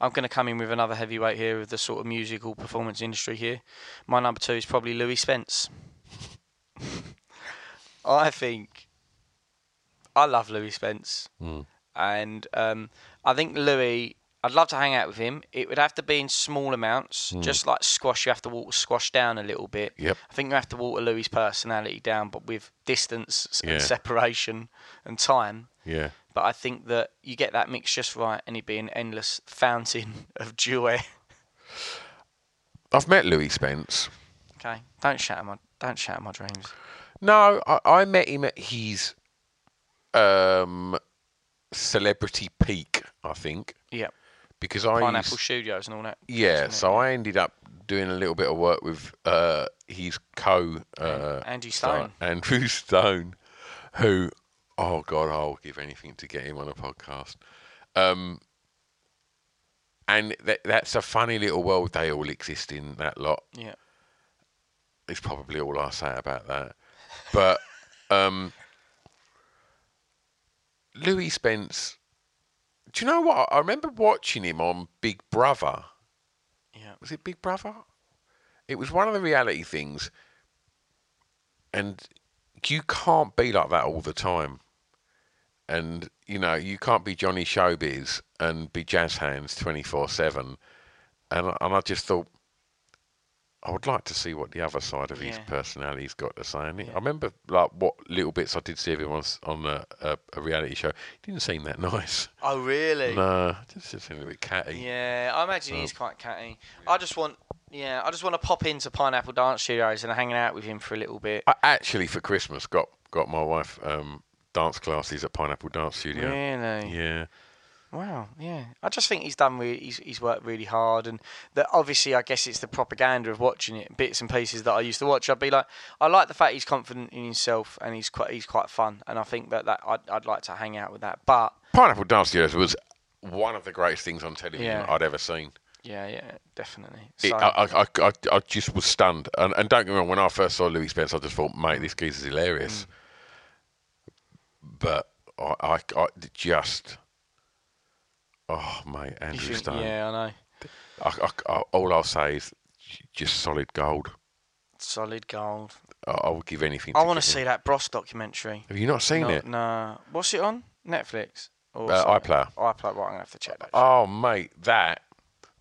Speaker 3: I'm going to come in with another heavyweight here of the sort of musical performance industry here. My number two is probably Louis Spence. I think I love Louis Spence,
Speaker 1: Hmm.
Speaker 3: and um, I think Louis. I'd love to hang out with him. It would have to be in small amounts, just like squash. You have to walk squash down a little bit.
Speaker 1: Hmm. Yep.
Speaker 3: I think you have to water Louis' personality down, but with distance s-
Speaker 1: Yeah.
Speaker 3: and separation and time.
Speaker 1: Yeah,
Speaker 3: But I think that you get that mix just right, and it'd be an endless fountain of joy.
Speaker 1: I've met Louis Spence.
Speaker 3: okay, don't shatter my don't shatter my dreams.
Speaker 1: No, I, I met him at his um, celebrity peak, I think,
Speaker 3: Yeah,
Speaker 1: because I
Speaker 3: Pineapple
Speaker 1: used-
Speaker 3: Studios and all that.
Speaker 1: yeah,
Speaker 3: isn't it?
Speaker 1: so I ended up doing a little bit of work with uh, his co uh,
Speaker 3: Andy
Speaker 1: star-
Speaker 3: Stone.
Speaker 1: Andrew Stone, who oh god, I'll give anything to get him on a podcast. Um, and that, that's a funny little world they all exist in. That lot
Speaker 3: yeah,
Speaker 1: is probably all I say about that. But um, Louis Spence, do you know what? I remember watching him on Big Brother
Speaker 3: yeah,
Speaker 1: was it Big Brother? It was one of the reality things, and you can't be like that all the time. And you know, you can't be Johnny Showbiz and be jazz hands twenty four seven. And I- and I just thought, I would like to see what the other side of his
Speaker 3: Yeah.
Speaker 1: personality's got to say. And it- I remember like what little bits I did see of him on s- on a, a, a reality show. He didn't seem that nice.
Speaker 3: Oh really?
Speaker 1: No, just, just seemed a bit catty.
Speaker 3: Yeah, I imagine he's quite catty. I just want, yeah, I just want to pop into Pineapple Dance Studios and hanging out with him for a little bit.
Speaker 1: I actually for Christmas got got my wife um, dance classes at Pineapple Dance Studio.
Speaker 3: Really?
Speaker 1: Yeah.
Speaker 3: Wow, yeah. I just think he's done. Re- he's he's worked really hard, and that obviously, I guess it's the propaganda of watching it, bits and pieces that I used to watch. I'd be like, I like the fact he's confident in himself, and he's quite he's quite fun, and I think that that I'd, I'd like to hang out with that. But
Speaker 1: Pineapple Dance Studios was one of the greatest things on television
Speaker 3: Yeah.
Speaker 1: I'd ever seen.
Speaker 3: yeah, yeah, definitely.
Speaker 1: It,
Speaker 3: So,
Speaker 1: I, I, I, I- I just was stunned. And, and don't get me wrong, when I first saw Louis Spence, I just thought, mate, this geezer's
Speaker 3: Mm.
Speaker 1: hilarious. But I, I, I just, oh, mate,
Speaker 3: you
Speaker 1: Andrew
Speaker 3: think-
Speaker 1: Stone.
Speaker 3: yeah, I know.
Speaker 1: I, I, I, all I'll say is j- just solid gold.
Speaker 3: Solid gold.
Speaker 1: I, I would give anything.
Speaker 3: I
Speaker 1: to
Speaker 3: want to
Speaker 1: get him.
Speaker 3: see that Bros documentary.
Speaker 1: Have you not seen
Speaker 3: No,
Speaker 1: it?
Speaker 3: no. What's it on? Netflix or
Speaker 1: Uh,
Speaker 3: something?
Speaker 1: iPlayer.
Speaker 3: iPlayer. Right, I'm gonna have to check that.
Speaker 1: Oh mate, that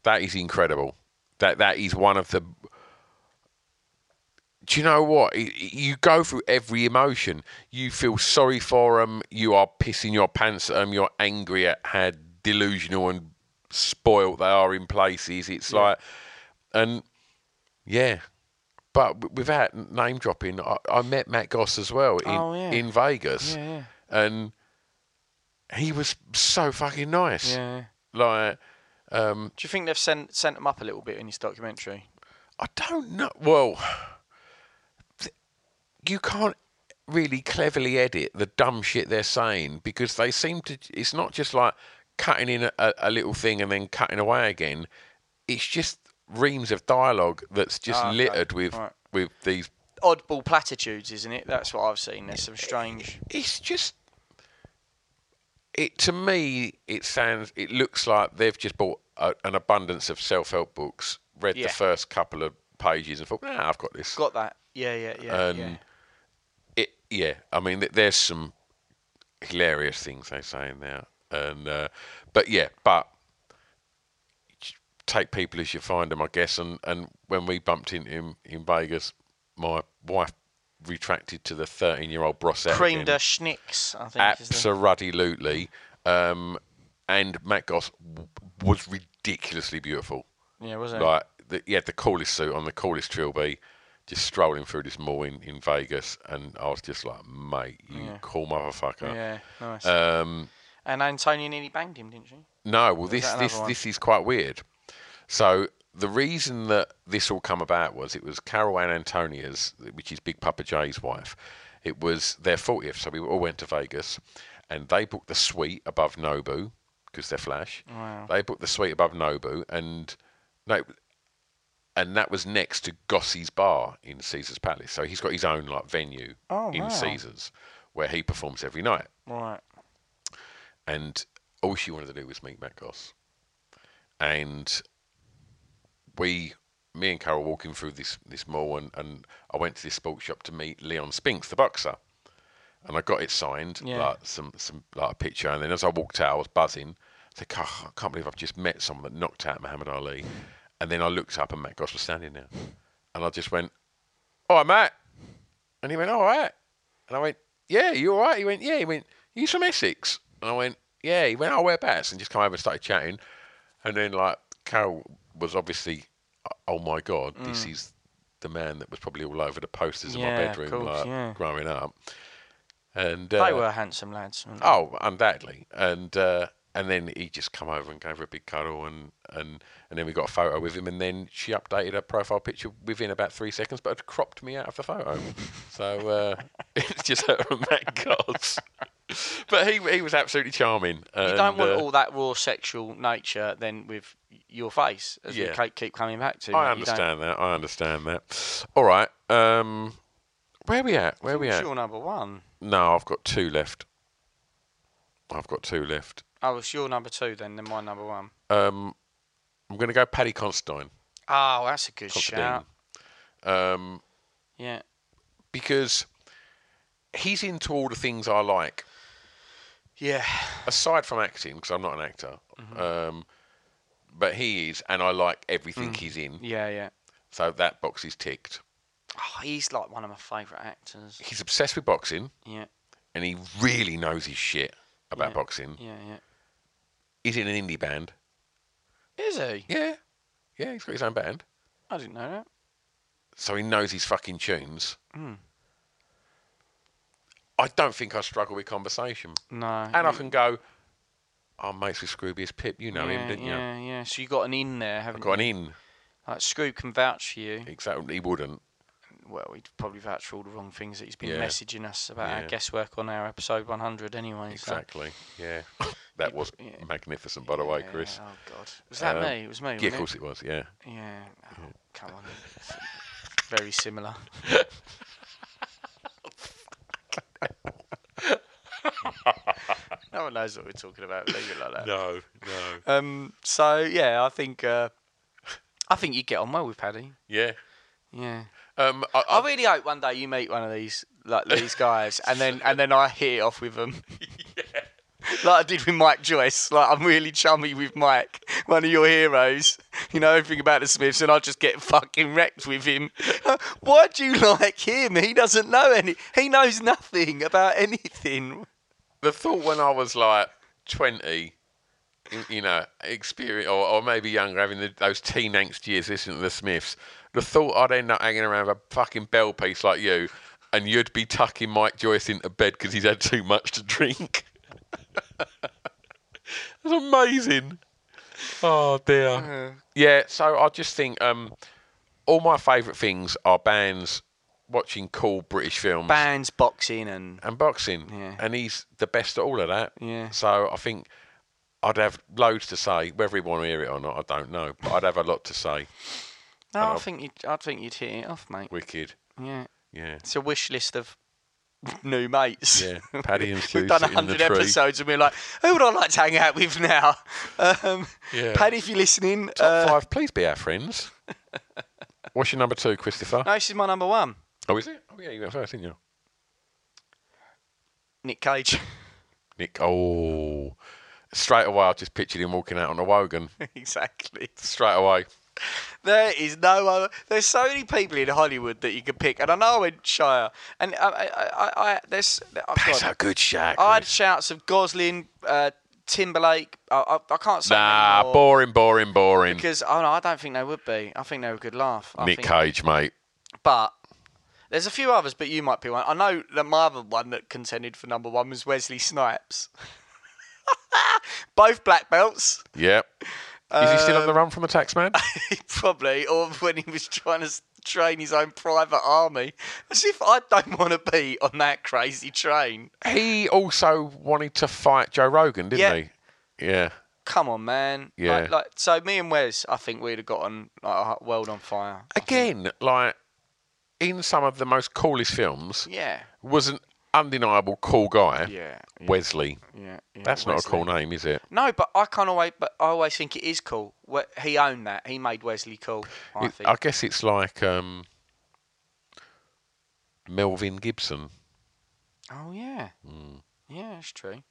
Speaker 1: that is incredible. That that is one of the. Do you know what? Y- y- You go through every emotion. You feel sorry for them. You are pissing your pants at them. You're angry at how delusional and spoilt they are in places. It's like, and yeah, but w- without n- name dropping, I, I met Matt Goss as well in
Speaker 3: Oh, yeah.
Speaker 1: in Vegas,
Speaker 3: Yeah, yeah.
Speaker 1: and he was so fucking nice.
Speaker 3: Yeah.
Speaker 1: Like, um,
Speaker 3: Do you think they've sent sent him up a little bit in his documentary?
Speaker 1: I don't know. Well, th- you can't really cleverly edit the dumb shit they're saying because they seem to. It's not just like cutting in a, a little thing and then cutting away again. It's just reams of dialogue that's just
Speaker 3: Ah, okay.
Speaker 1: littered with
Speaker 3: Alright.
Speaker 1: with these.
Speaker 3: Oddball platitudes, isn't it? That's what I've seen. There's some strange.
Speaker 1: It's just it to me. It sounds. It looks like they've just bought a, an abundance of self-help books, read
Speaker 3: Yeah.
Speaker 1: the first couple of pages, and thought, "Nah, I've got this."
Speaker 3: Got that? Yeah, yeah, yeah.
Speaker 1: and
Speaker 3: yeah.
Speaker 1: it yeah i mean th- there's some hilarious things they say in there and uh, but yeah but j- take people as you find them i guess and and when we bumped into him in vegas my wife retracted to the 13 year old brosette
Speaker 3: Creamed her
Speaker 1: again.
Speaker 3: schnicks, I think. Is the...
Speaker 1: absolutely um and matt goss w- was ridiculously beautiful
Speaker 3: Yeah, was it?
Speaker 1: like the, he had the coolest suit on, the coolest trilby, just strolling through this mall in, in Vegas, and I was just like, mate, you cool motherfucker.
Speaker 3: Yeah, nice.
Speaker 1: Um,
Speaker 3: and Antonio nearly banged him, didn't she?
Speaker 1: no, well,
Speaker 3: Is
Speaker 1: this
Speaker 3: that
Speaker 1: this
Speaker 3: another one?
Speaker 1: this is quite weird. So the reason that this all come about was it was Carol Ann Antonia's, which is Big Papa Jay's wife. It was their 40th, so we all went to Vegas, and they booked the suite above Nobu because they're flash.
Speaker 3: Wow.
Speaker 1: They booked the suite above Nobu, and no, and that was next to Gossie's bar in Caesar's Palace. So he's got his own like venue
Speaker 3: Oh,
Speaker 1: in
Speaker 3: wow.
Speaker 1: Caesar's where he performs every night
Speaker 3: Right.
Speaker 1: and all she wanted to do was meet Matt Goss. And we, me and Carol, walking through this this mall, and, and I went to this sports shop to meet Leon Spinks, the boxer, and I got it signed,
Speaker 3: Yeah.
Speaker 1: like some some like a picture. And then as I walked out, I was buzzing. I think oh, I can't believe I've just met someone that knocked out Muhammad Ali. And then I looked up, and Matt Goss was standing there, and I just went, "All right, Matt," and he went, "All right." And I went, yeah, you all right? He went, yeah. He went, you from Essex? And I went, yeah. He went, oh, whereabouts? And just come over and started chatting. And then, like, Carol was obviously, oh my God, this is the man that was probably all over the posters in my
Speaker 3: Mm. Yeah, of
Speaker 1: bedroom
Speaker 3: course,
Speaker 1: like,
Speaker 3: yeah.
Speaker 1: growing up. And uh,
Speaker 3: They were handsome lads. weren't they?
Speaker 1: Oh, undoubtedly. And uh, and then he just come over and gave her a big cuddle, and, and, and then we got a photo with him, and then she updated her profile picture within about three seconds, but had cropped me out of the photo. so uh, it's just her and Matt Goss. but he he was absolutely charming.
Speaker 3: You
Speaker 1: and,
Speaker 3: don't want
Speaker 1: uh,
Speaker 3: all that raw sexual nature then with your face, as
Speaker 1: Yeah.
Speaker 3: we keep- keep coming back to.
Speaker 1: I
Speaker 3: You don't-
Speaker 1: understand that. I understand that. All right. Um, where we at? Where we
Speaker 3: It's
Speaker 1: at?
Speaker 3: your number one.
Speaker 1: No, I've got two left. I've got two left.
Speaker 3: Oh, it's your number two then, then my number one.
Speaker 1: Um, I'm going to go Paddy Constantine.
Speaker 3: Oh, that's a good
Speaker 1: Considine.
Speaker 3: shout.
Speaker 1: um,
Speaker 3: Yeah.
Speaker 1: because he's into all the things I like,
Speaker 3: Yeah.
Speaker 1: aside from acting, because I'm not an actor.
Speaker 3: Mm-hmm.
Speaker 1: Um, but he is, and I like
Speaker 3: Mm.
Speaker 1: everything he's in.
Speaker 3: Yeah, yeah.
Speaker 1: So that box is ticked.
Speaker 3: Oh, he's like one of my favourite actors.
Speaker 1: He's obsessed with boxing,
Speaker 3: Yeah,
Speaker 1: and he really knows his shit about
Speaker 3: Yeah.
Speaker 1: boxing.
Speaker 3: yeah, yeah.
Speaker 1: He's in an indie band.
Speaker 3: Is he?
Speaker 1: Yeah, yeah, he's got his own band,
Speaker 3: I didn't know that.
Speaker 1: so he knows his fucking tunes.
Speaker 3: Mm.
Speaker 1: I don't think I struggle with conversation,
Speaker 3: No.
Speaker 1: and I can go. I'm mates with Scroobius Pip. You know him,
Speaker 3: yeah,
Speaker 1: didn't you?
Speaker 3: yeah, yeah. So you got an in there,
Speaker 1: I
Speaker 3: haven't
Speaker 1: got an
Speaker 3: you?
Speaker 1: in.
Speaker 3: Like Scroob can vouch for you.
Speaker 1: Exactly, he wouldn't.
Speaker 3: Well, he'd probably vouch for all the wrong things that he's been
Speaker 1: Yeah.
Speaker 3: messaging us about
Speaker 1: Yeah.
Speaker 3: our guesswork on our episode 100 anyway. so-
Speaker 1: Exactly. Yeah, that was
Speaker 3: yeah.
Speaker 1: magnificent, by the way,
Speaker 3: Yeah,
Speaker 1: Chris.
Speaker 3: Oh, God. Was that
Speaker 1: Um,
Speaker 3: me? It was me.
Speaker 1: Yeah,
Speaker 3: wasn't
Speaker 1: of course it was. Yeah.
Speaker 3: It? Yeah. Oh, come on. It's Very similar. no one knows what we're talking about. Leave it like that.
Speaker 1: No, no.
Speaker 3: Um, so yeah, I think uh, I think you get on well with Paddy.
Speaker 1: Yeah.
Speaker 3: Yeah.
Speaker 1: Um, I,
Speaker 3: I really hope one day you meet one of these like these guys, and then and then I hit it off with them. Like I did with Mike Joyce. Like I'm really chummy with Mike, one of your heroes. You know everything about the Smiths, and I just get fucking wrecked with him. Why do you like him? He doesn't know any. He knows nothing about anything.
Speaker 1: the thought when I was like twenty, y- you know, experience or, or maybe younger, having the, those teen angst years listening to the Smiths, the thought I'd end up hanging around with a fucking bell piece like you, and you'd be tucking Mike Joyce into bed because he's had too much to drink. That's amazing. Oh dear. Yeah, so I just think um, all my favourite things are bands, watching cool British films
Speaker 3: Bands, boxing, and
Speaker 1: and boxing,
Speaker 3: Yeah.
Speaker 1: and he's the best at all of that.
Speaker 3: Yeah.
Speaker 1: So I think I'd have loads to say. Whether he want to hear it or not, I don't know. But I'd have a lot to say. And
Speaker 3: No, Oh, I
Speaker 1: I'll-
Speaker 3: think you'd, I think you'd hit it off, mate.
Speaker 1: Wicked.
Speaker 3: Yeah.
Speaker 1: Yeah.
Speaker 3: It's a wish list of new mates.
Speaker 1: Yeah, Paddy and
Speaker 3: We've done
Speaker 1: Susie in the
Speaker 3: 100
Speaker 1: tree.
Speaker 3: episodes and we're like, who would I like to hang out with now? Um,
Speaker 1: Yeah.
Speaker 3: Paddy, if you're listening.
Speaker 1: Top
Speaker 3: uh,
Speaker 1: five, please be our friends. What's your number two, Christopher?
Speaker 3: No, this is my number one,
Speaker 1: Oh, is it? Oh, yeah, you went first, didn't you?
Speaker 3: Nick Cage.
Speaker 1: Nick. Oh, straight away, I just pictured him walking out on a Wogan.
Speaker 3: exactly.
Speaker 1: Straight away.
Speaker 3: There is no other. There's so many people in Hollywood that you could pick, and I know I went Shire, and I, I, I, I there's. oh,
Speaker 1: That's
Speaker 3: God.
Speaker 1: a good shot.
Speaker 3: I had shouts of Gosling, uh, Timberlake. I, I, I can't say.
Speaker 1: Nah,
Speaker 3: anymore
Speaker 1: boring, boring, boring.
Speaker 3: Because oh no, I don't think they would be. I think they were a good laugh. I
Speaker 1: Nick
Speaker 3: think-
Speaker 1: Cage, mate.
Speaker 3: But there's a few others, but you might be one. I know that my other one that contended for number one was Wesley Snipes. Both black belts,
Speaker 1: Yep. Is he still on the run from a tax man?
Speaker 3: probably, or when he was trying to s- train his own private army. As if I don't want to be on that crazy train.
Speaker 1: he also wanted to fight Joe Rogan, didn't
Speaker 3: Yeah.
Speaker 1: he? Yeah.
Speaker 3: Come on, man.
Speaker 1: Yeah.
Speaker 3: Like, like, so me and Wes, I think we'd have gotten like, a world on fire.
Speaker 1: Again, like in some of the most coolest films,
Speaker 3: Yeah.
Speaker 1: was an undeniable cool guy.
Speaker 3: Yeah. yeah,
Speaker 1: Wesley.
Speaker 3: Yeah. yeah,
Speaker 1: That's not a
Speaker 3: Wesley.
Speaker 1: cool name, is it?
Speaker 3: No, but I can't always. But I always think it is cool. We- He owned that. He made Wesley cool. I
Speaker 1: It-
Speaker 3: think.
Speaker 1: I guess it's like um, Melvin Gibson.
Speaker 3: Oh yeah.
Speaker 1: Hmm.
Speaker 3: Yeah, it's true.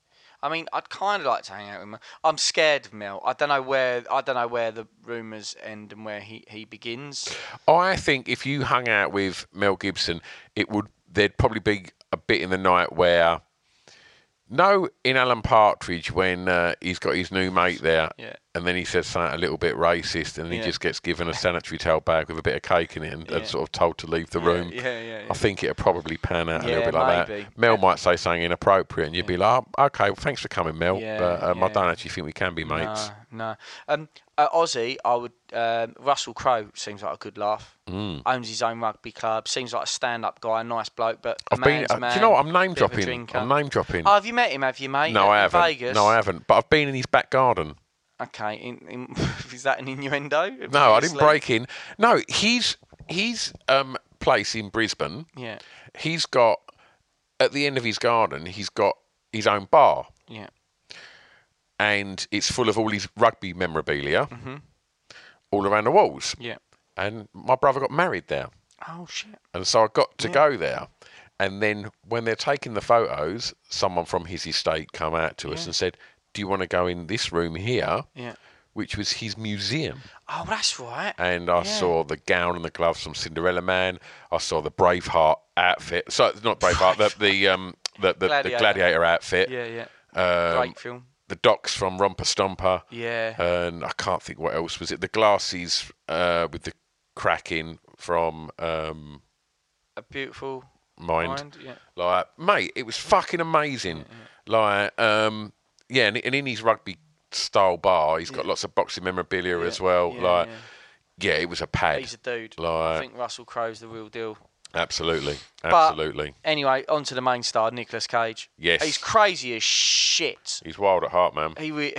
Speaker 3: I mean, I'd kind of like to hang out with Mel. I'm scared of Mel. I don't know where. I don't know where the rumors end and where he, he begins.
Speaker 1: I think if you hung out with Mel Gibson, it would there'd probably be a bit in the night where no, in Alan Partridge when uh, he's got his new mate there,
Speaker 3: Yeah.
Speaker 1: and then he says something a little bit racist, and he
Speaker 3: Yeah.
Speaker 1: just gets given a sanitary towel bag with a bit of cake in it, and,
Speaker 3: Yeah.
Speaker 1: and sort of told to leave the room.
Speaker 3: yeah, yeah, yeah.
Speaker 1: I think it'd probably pan out a
Speaker 3: Yeah,
Speaker 1: little bit like
Speaker 3: maybe.
Speaker 1: that. Mel might say something inappropriate, and you'd be like, oh, "Okay, well, thanks for coming, Mel,
Speaker 3: Yeah,
Speaker 1: but um, I
Speaker 3: yeah.
Speaker 1: don't actually think we can be mates."
Speaker 3: No, no. Um, uh, Aussie, I would. Um, Russell Crowe seems like a good laugh.
Speaker 1: Hmm.
Speaker 3: Owns his own rugby club. Seems like a stand-up guy, a nice bloke. But a
Speaker 1: I've been.
Speaker 3: man's
Speaker 1: uh,
Speaker 3: man,
Speaker 1: do you know what? I'm name
Speaker 3: bit of a
Speaker 1: dropping.
Speaker 3: drinker.
Speaker 1: I'm name dropping.
Speaker 3: Oh, have you met him? Have you, mate?
Speaker 1: No, I
Speaker 3: In
Speaker 1: haven't.
Speaker 3: Vegas.
Speaker 1: No, I haven't. But I've been in his back garden.
Speaker 3: Okay, in, in, is that an
Speaker 1: No,
Speaker 3: innuendo?
Speaker 1: I didn't
Speaker 3: Obviously.
Speaker 1: break in. No, he's he's um place in Brisbane.
Speaker 3: Yeah,
Speaker 1: He's got at the end of his garden, he's got his own bar,
Speaker 3: yeah,
Speaker 1: and it's full of all his rugby memorabilia,
Speaker 3: Mm-hmm.
Speaker 1: all around the walls.
Speaker 3: yeah.
Speaker 1: And my brother got married there,
Speaker 3: Oh shit!
Speaker 1: and so I got to go there. And then when they're taking the photos, someone from his estate come out to us and said, "Do you want to go in this room here?"
Speaker 3: Yeah.
Speaker 1: Which was his museum.
Speaker 3: Oh, that's right.
Speaker 1: and I saw the gown and the gloves from Cinderella Man. I saw the Braveheart outfit. So not Braveheart, the the um the the gladiator,
Speaker 3: Gladiator.
Speaker 1: the gladiator outfit.
Speaker 3: yeah, yeah.
Speaker 1: Um, uh,
Speaker 3: Great film.
Speaker 1: The docs from Romper Stomper.
Speaker 3: Yeah.
Speaker 1: And I can't think what else was it. The glasses uh, with the cracking from um,
Speaker 3: A beautiful
Speaker 1: Mind.
Speaker 3: mind. Yeah.
Speaker 1: Like, mate, it was fucking amazing. Like, um, yeah, and, and in his rugby style bar, he's got lots of boxing memorabilia as well.
Speaker 3: yeah,
Speaker 1: like, yeah. it was a pad.
Speaker 3: He's a dude. I
Speaker 1: Like-
Speaker 3: think Russell Crowe's the real deal.
Speaker 1: Absolutely, absolutely.
Speaker 3: Anyway, on to the main star, Nicolas Cage.
Speaker 1: Yes.
Speaker 3: He's crazy as shit.
Speaker 1: He's wild at heart, man.
Speaker 3: He re-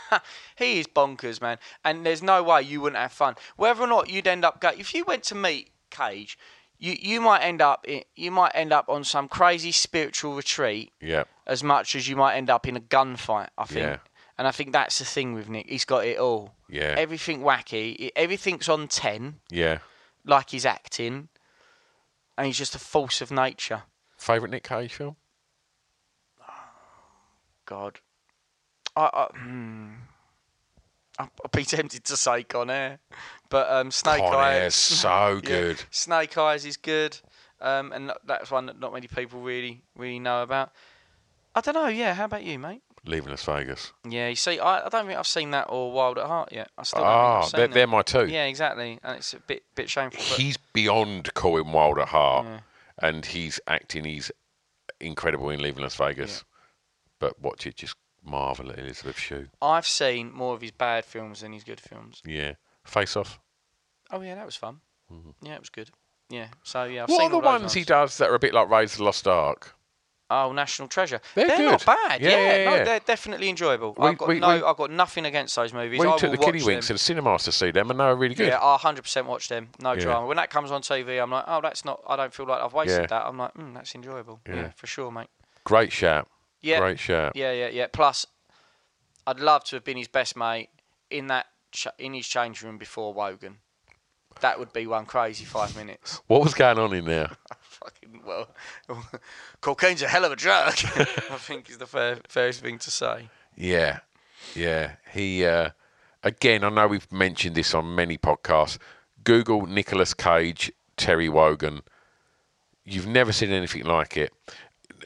Speaker 3: he is bonkers, man. And there's no way you wouldn't have fun. Whether or not you'd end up going, if you went to meet Cage, you you might end up in, you might end up on some crazy spiritual retreat
Speaker 1: Yeah,
Speaker 3: as much as you might end up in a gunfight. I think.
Speaker 1: Yeah.
Speaker 3: And I think that's the thing with Nick. He's got it all.
Speaker 1: Yeah.
Speaker 3: Everything wacky. Everything's on ten,
Speaker 1: yeah.
Speaker 3: like he's acting, and he's just a force of nature.
Speaker 1: Favorite Nick Cage film?
Speaker 3: God. I, I, hmm. I'd I'd be tempted to say Con Air, but um, Snake
Speaker 1: Con
Speaker 3: Eyes.
Speaker 1: Air's Oh, so
Speaker 3: Yeah,
Speaker 1: good.
Speaker 3: Snake Eyes is good, um, and not- that's one that not many people really really know about. I don't know. Yeah, how about you, mate?
Speaker 1: Leaving Las Vegas.
Speaker 3: Yeah, you see, I, I don't think I've seen that or Wild at Heart yet. I still don't think
Speaker 1: Ah,
Speaker 3: I've seen
Speaker 1: they're,
Speaker 3: it.
Speaker 1: they're my two.
Speaker 3: Yeah, exactly, and it's a bit bit shameful. But
Speaker 1: He's beyond Colin Wild at heart, and he's acting. He's incredible in Leaving Las Vegas. But watch it, just marvel at Elizabeth Shue.
Speaker 3: I've seen more of his bad films than his good films.
Speaker 1: Yeah, Face Off.
Speaker 3: Oh yeah, that was fun. Yeah, it was good. Yeah, so yeah, I've
Speaker 1: Mm-hmm. what
Speaker 3: seen
Speaker 1: are the
Speaker 3: all those
Speaker 1: ones he does that are a bit like Raiders of the Lost Ark?
Speaker 3: Oh, National Treasure.
Speaker 1: They're
Speaker 3: not
Speaker 1: good.
Speaker 3: bad.
Speaker 1: Yeah,
Speaker 3: Yeah,
Speaker 1: yeah,
Speaker 3: no,
Speaker 1: yeah.
Speaker 3: they're definitely enjoyable.
Speaker 1: We-
Speaker 3: I've got
Speaker 1: we-
Speaker 3: no,
Speaker 1: we-
Speaker 3: I've got nothing against those movies.
Speaker 1: We
Speaker 3: I
Speaker 1: took
Speaker 3: will
Speaker 1: the kiddie
Speaker 3: watch
Speaker 1: winks to
Speaker 3: them.
Speaker 1: the cinemas to see them, and they were really good.
Speaker 3: Yeah, I 100% watch them. No
Speaker 1: Yeah.
Speaker 3: drama. When that comes on TV, I'm like, oh, that's not. I don't feel like I've wasted
Speaker 1: Yeah.
Speaker 3: that. I'm like, mm, that's enjoyable. Yeah.
Speaker 1: Yeah.
Speaker 3: for sure, mate.
Speaker 1: Great shout.
Speaker 3: Yeah.
Speaker 1: Great shout.
Speaker 3: Yeah, yeah, yeah. Plus, I'd love to have been his best mate in that ch- in his change room before Wogan. That would be one crazy five minutes.
Speaker 1: What was going on in there?
Speaker 3: Fucking well, cocaine's a hell of a drug. I think is the fair, fairest thing to say.
Speaker 1: Yeah, yeah. He uh, again. I know we've mentioned this on many podcasts. Google Nicolas Cage, Terry Wogan. You've never seen anything like it.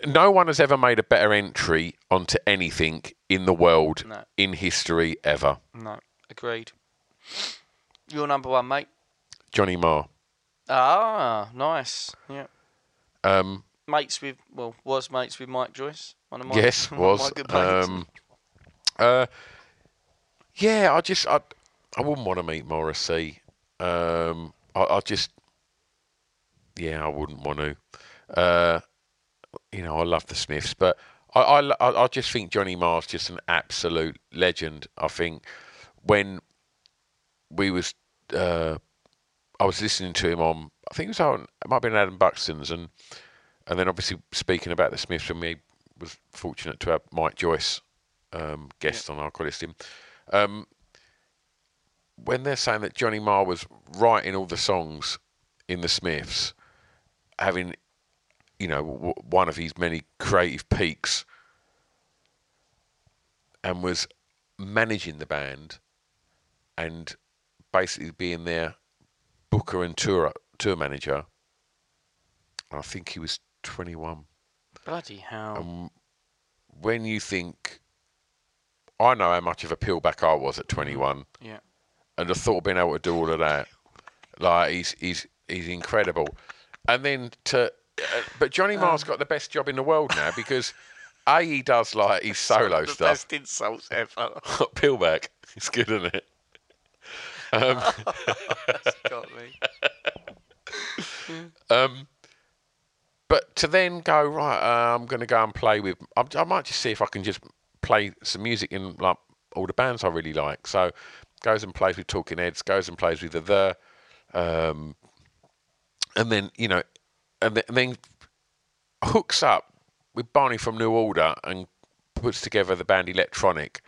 Speaker 1: No one has ever made a better entry onto anything in the world
Speaker 3: No.
Speaker 1: in history ever.
Speaker 3: No, agreed. You're number one, mate.
Speaker 1: Johnny Marr.
Speaker 3: Ah, nice. Yeah.
Speaker 1: Um,
Speaker 3: mates with well was mates with Mike Joyce. One of my
Speaker 1: yes,
Speaker 3: one of my
Speaker 1: was.
Speaker 3: good mates.
Speaker 1: Um, uh, yeah, I just I, I wouldn't want to meet Morrissey. Um, I, I just yeah, I wouldn't want to. Uh, you know, I love the Smiths, but I, I lo- I I just think Johnny Marr's just an absolute legend. I think when we was uh, I was listening to him on I think it was on it might have been Adam Buxton's and and then obviously speaking about the Smiths when we was fortunate to have Mike Joyce um, guest on our callist him. Um, when they're saying that Johnny Marr was writing all the songs in the Smiths, having you know w- one of his many creative peaks, and was managing the band, and basically being their booker and tour tour manager. I think he was 21
Speaker 3: Bloody hell!
Speaker 1: when you think, I know how much of a peelback I was at 21,
Speaker 3: yeah,
Speaker 1: and the thought of being able to do all of that, like he's he's he's incredible. And then to, uh, but Johnny Marr's got the best job in the world now because a he does like his solo stuff.
Speaker 3: best insults ever.
Speaker 1: peelback, it's good, isn't it?
Speaker 3: Got me.
Speaker 1: But to then go right, uh, I'm going to go and play with. I, I might just see if I can just play some music in like all the bands I really like. So goes and plays with Talking Heads, goes and plays with the the, um, and then you know, and, th- and then hooks up with Barney from New Order and puts together the band Electronic,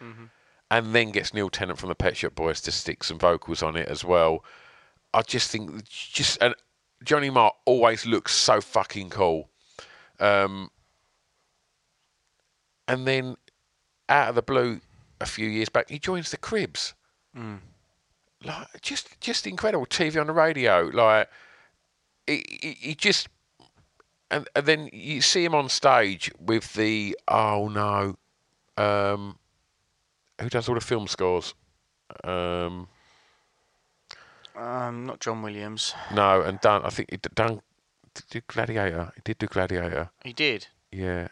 Speaker 1: and then gets Neil Tennant from the Pet Shop Boys to stick some vocals on it as well. I just think just and Johnny Marr always looks so fucking cool. Um, and then out of the blue, a few years back, he joins the Cribs. Like just just incredible TV on the radio. Like he, he, he just and, and then you see him on stage with the oh no, um, who does all the film scores? Um,
Speaker 3: Um, not John Williams.
Speaker 1: No, and Dan, I think he d- Dan did do Gladiator. He did do Gladiator.
Speaker 3: He did.
Speaker 1: Yeah.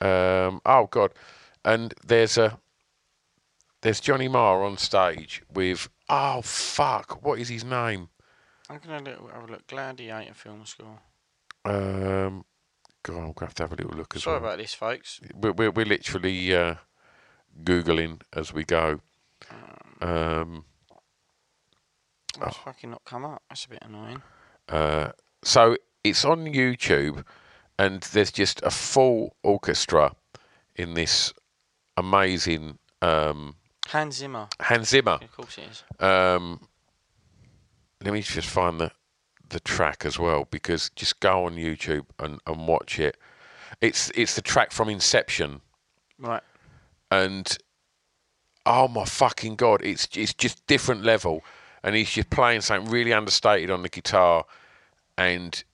Speaker 1: Um, oh God. And there's a there's Johnny Marr on stage with oh fuck, what is his name?
Speaker 3: I'm gonna look, have a look. Gladiator film score.
Speaker 1: Um, God, I'm gonna have to have a little look as
Speaker 3: Sorry
Speaker 1: well.
Speaker 3: about this, folks.
Speaker 1: We're we're, we're literally uh, googling as we go. Um.
Speaker 3: That's fucking not come up. That's a bit annoying.
Speaker 1: Uh, so it's on YouTube, and there's just a full orchestra in this amazing um,
Speaker 3: Hans Zimmer.
Speaker 1: Hans Zimmer.
Speaker 3: Of course it is.
Speaker 1: Um, let me just find the the track as well because just go on YouTube and, and watch it. It's it's the track from Inception
Speaker 3: Right.
Speaker 1: and oh my fucking god, it's it's just different level, and he's just playing something really understated on the guitar, and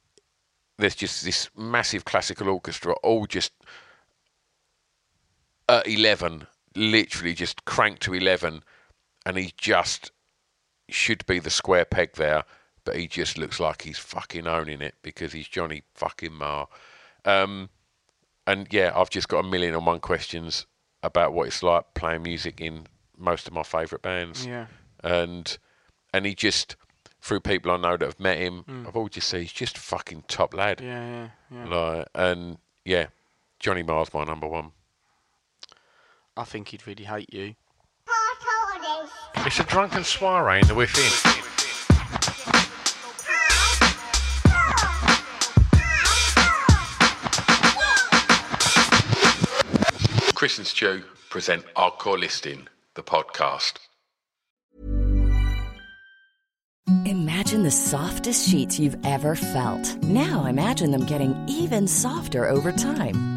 Speaker 1: there's just this massive classical orchestra all just at eleven, literally just cranked to eleven, and he just should be the square peg there, but he just looks like he's fucking owning it because he's Johnny fucking Marr. Um, and yeah, I've just got a million and one questions about what it's like playing music in most of my favourite bands.
Speaker 3: Yeah.
Speaker 1: And and he just through people I know that have met him, I've all just said he's just a fucking top lad.
Speaker 3: Yeah, yeah, yeah.
Speaker 1: Like and yeah, Johnny Marr's my number one.
Speaker 6: I think he'd really hate you.
Speaker 1: It's a drunken soiree in the within.
Speaker 5: Chris and Stu present Our Core Listing, the podcast.
Speaker 3: Imagine the softest sheets you've ever felt. Now imagine them getting even softer over time.